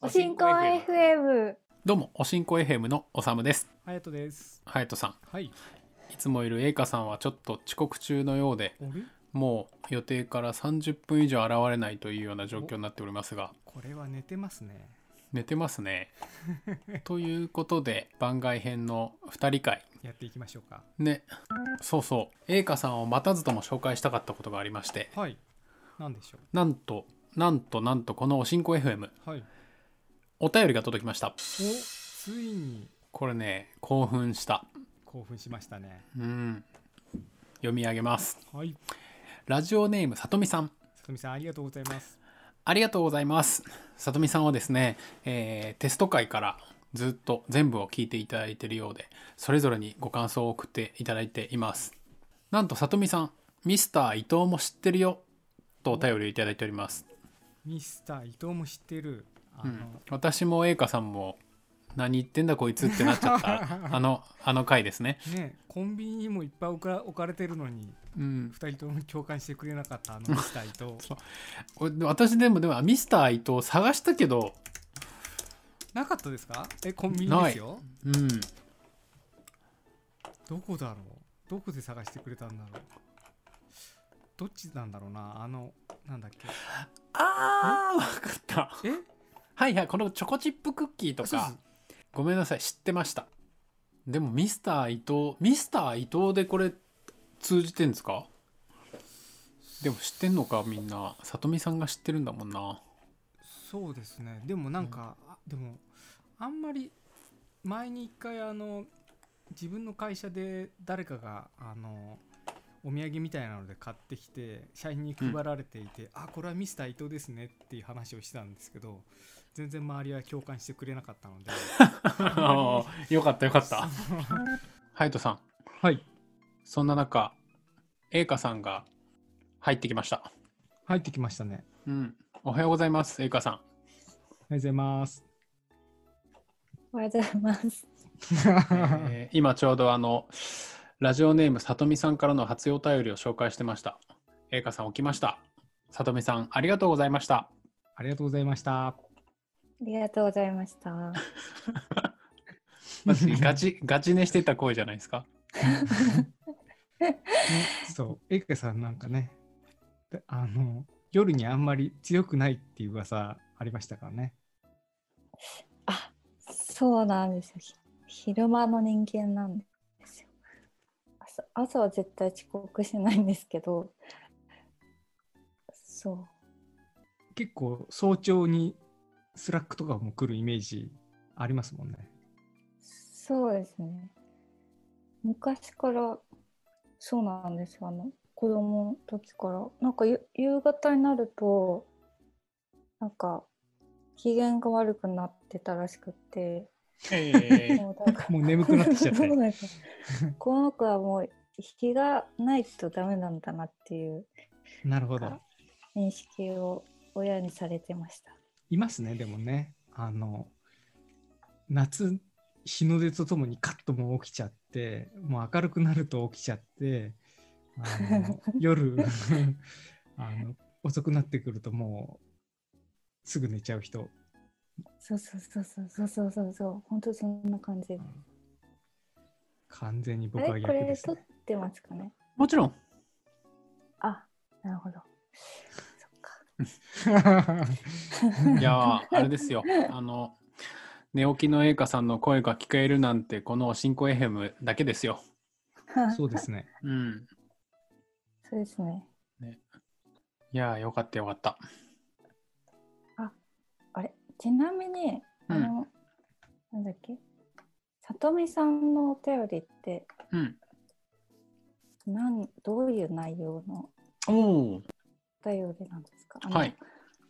おしんこ FM。どうもおしんこ FM のおさむですあやとです。ハヤトさんはい。いつもいるエイカさんはちょっと遅刻中のようであれもう予定から30分以上現れないというような状況になっておりますがこれは寝てますね。寝てますねということで番外編の2人会やっていきましょうか。ねそうそうエイカさんを待たずとも紹介したかったことがありましてはい。なんでしょなんとなんとなんとこのおしんこ FM う。はい。お便りが届きましたお、ついにこれね興奮した興奮しましたね。うん読み上げますはい。ラジオネームさとみさんさとみさんありがとうございます。ありがとうございます。さとみさんはですね、えーテスト会からずっと全部を聞いていただいているようで、それぞれにご感想を送っていただいています。なんとさとみさん、ミスター伊藤も知ってるよとお便りをいただいております。ミスター伊藤も知ってる。あうの、ん、私も栄華さんも何言ってんだこいつってなっちゃった あのあの回ですね。ね、コンビニにもいっぱい置か置かれてるのに、うん、二人とも共感してくれなかったあのミスター 伊藤。これ私でもでもミスター伊藤探したけど、なかったですかえ、コンビニですよ。うん、どこだろうどこで探してくれたんだろうどっちなんだろうなあの、なんだっけああ分かった。えはいはいこのチョコチップクッキーとあそうそかう。ごめんなさい知ってましたでもミスター伊藤ミスター伊藤でこれ通じてんですかでも知ってんのかみんなさとみさんが知ってるんだもんな そうですねでもなんか、あでもあんまり前に一回あの自分の会社で誰かがあのお土産みたいなので買ってきて社員に配られていて、あこれはミスター伊藤ですねっていう話をしてたんですけど全然周りは共感してくれなかったのであーよかったよかったハヤトさんはいそんな中栄華さんが入ってきました 入ってきましたねうんおはようございます栄華さんおはようございますおはようございます。えー今ちょうどあのラジオネームさとみさんからの初お便りを紹介してました。えいかさん起きました。さとみさんありがとうございました。 ありがとうございましたありがとうございました。私ガチガチ寝してた声じゃないですか。ね、そう、エイカさんなんかね、であの、夜にあんまり強くないっていう噂ありましたからね。あ、そうなんですよ。ひ昼間の人間なんですよ。朝朝は絶対遅刻しないんですけど、そ結構早朝にスラックとかも来るイメージありますもんね。う、そうですね。昔からそうなんですよ。あの子供の時からなんかゆ夕方になるとなんか機嫌が悪くなってたらしくって。もうだからもう眠くなってきちゃっ てそうなんですこの子はもう日がないとダメなんだなっていうなるほど。認識を親にされてました。いますね、でもね。あの、夏、日の出とともにカッともう起きちゃって、もう明るくなると起きちゃって、あの夜 あの、遅くなってくるともうすぐ寝ちゃう人そうそうそうそうそうそうそうそう本当そんな感じで。完全にあ僕はれこ逆でれす、撮っね。てますかね。もちろんあなるほど。そっか。いやー あれですよあの寝起きのえいかさんの声が聞こえるなんてこの新エヘムだけですよ。そうですね。うん。 そうですね。いやーよかったよかった。あれちなみにうあんの、なんだっけさとみさんのお便りってうん。なんどういう内容のおお。お便りなんですかあのはい。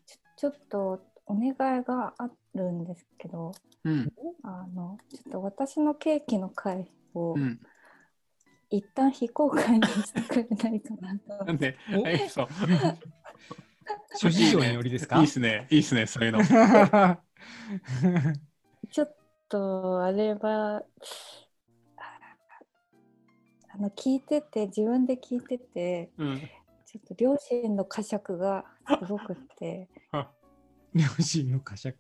ちょちょっとお願いがあるんですけどうん。あのちょっと私のケーキの回をうん。一旦非公開にしてくれないかなと、なんで、お えそう。諸事情によりで いすかいっすね。いいっすね。そういうの。ちょっとあれはあの聞いてて自分で聞いててうん。ちょっと両親の呵責がすごくって両親の呵責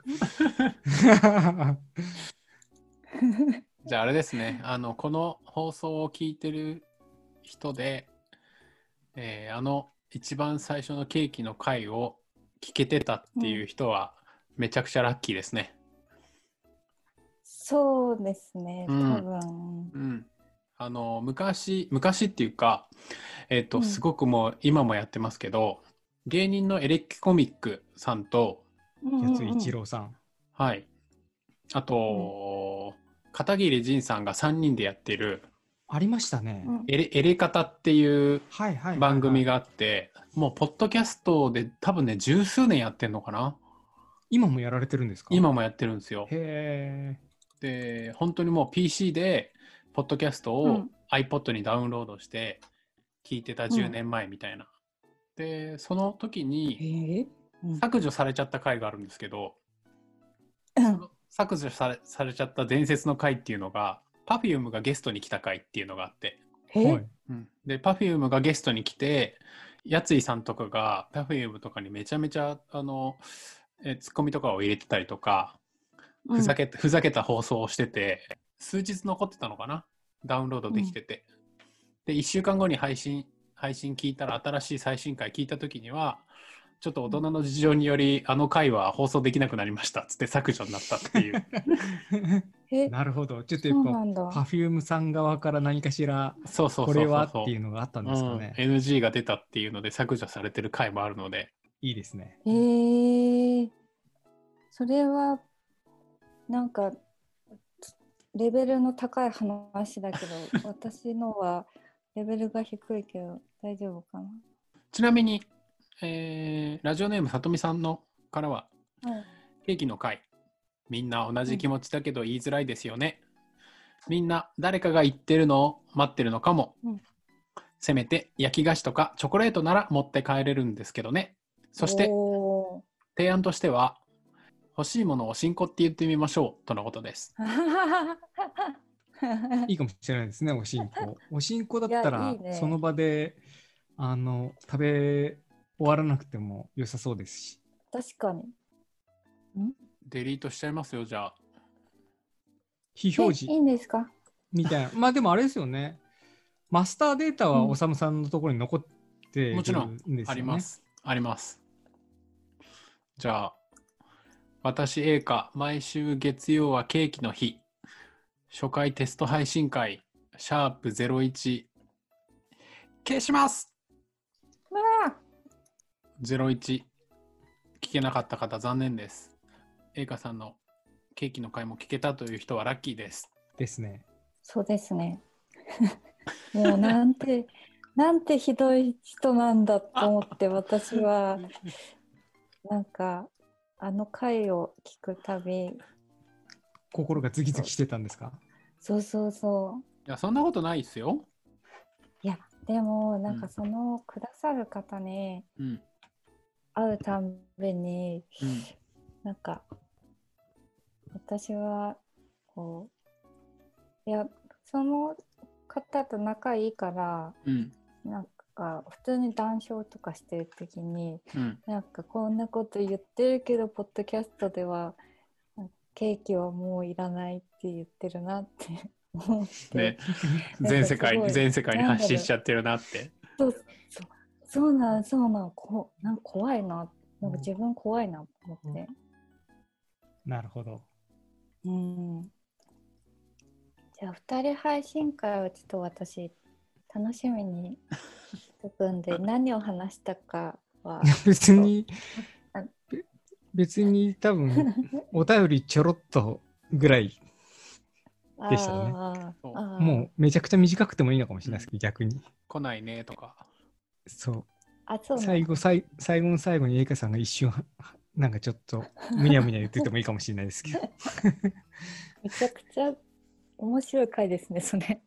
じゃああれですね、あの、この放送を聞いてる人で、えーあの、一番最初のケーキの回を聞けてたっていう人は、めちゃくちゃラッキーですね。そうですね、多うん分。うん。あの、昔、昔っていうか、えっ、と、うんすごくもう今もやってますけど、芸人のエレキコミックさんと、うんやつ一郎さんはい。あと、片桐仁さんが3人でやってるありましたね、うんうんエレ、エレカタっていうはいはいはいはい番組があって、もうポッドキャストで多分ね、十数年やってんのかな今もやられてるんですか今もやってるんですよ。へえで、本当にもう PC で、ポッドキャストうをん iPod にダウンロードして、聞いてた10年前みたいな。で、その時えにーうん削除されちゃった回があるんですけど、削除されされちゃった伝説の回っていうのが、Perfume がゲストに来た回っていうのがあって、えはい で、Perfume がゲストに来て、やついさんとかが Perfume とかにめちゃめちゃ、あの、えツッコミとかを入れてたりとか、ふざけた、ふざけた放送をしてて、数日残ってたのかなダウンロードできてて。で、1週間後に配信、配信聞いたら、新しい最新回聞いた時には、ちょっと大人の事情により、あの回は放送できなくなりましたっつって削除になったって いう。えなるほどちょっとやそっうぱなんだ。パフュームさん側から何かしらそうそうそこうそうそう。れはっていうのがあったんですかね、うん NG が出たっていうので削除されてる回もあるので、いいですねえー、それはなんかレベルの高い話だけ ど私のはレベルが低いけど大丈夫かちなみに、えーラジオネームさとみさんのからはな、はい、ケーキの会。みんな同じ気持ちだけど言いづらいですよね。みんな誰かが言ってるのを待ってるのかも。うんせめて焼き菓子とかチョコレートなら持って帰れるんですけどね。そしてお提案としては、欲しいものを進行って言ってみましょうとのことです。ー いいかもしれないですね、おしん こ。おしんこだったいやらいい、ねその場で、あの、食べ終わらなくても良さそうですし。確かにデリートしちゃいますよ、じゃあ。非え表い示いんですかみたい な。まあでもあれですよね。マスターデータはおさむさんのところに残ってるんもですちよろね。んあります。あります。じゃあ、私 A か、毎週月曜はケーキの日。初回テスト配信会、シャープ01。消しますうわあ !01。聞けなかった方、残念です。A かさんのケーキの回も聞けたという人はラッキーです。ですね。そうですね もうなんてなんてひどい人なんだと思って私はなんかあの回を聞くたび心がズキズキしてたんですかそうそうそういや、そんなことないですよ。いやでもなうんんかそのくださる方にうん。会うたんびにうん、なんか私はこういやその方と仲いいからうん、なんか普通に談笑とかしてる時にうん。なんかこんなこと言ってるけどポッドキャストではケーキはもういらないって言ってるなって思って、 ね、なんか全世すご界、い全世界に発信しちゃってるなって。そうそうそうなんそうなんこうなんか怖いななんか自分怖いなと思って、なるほど。うん、じゃあ2人配信会はちょっと私楽しみにしとくん で何を話したかは別にあ、べ別に多 分、お便りちょろっとぐらい、 でしたねあーあーもうめちゃくちゃ短くてもいいのかもしれないですけど、逆に。来ないねとか。そう。あそうなんだ最後最最後の最後にエイカさんが一瞬ははなんかちょっとむにゃむにゃ言っててもいいかもしれないですけどめちゃくちゃ面白い回ですね、それ。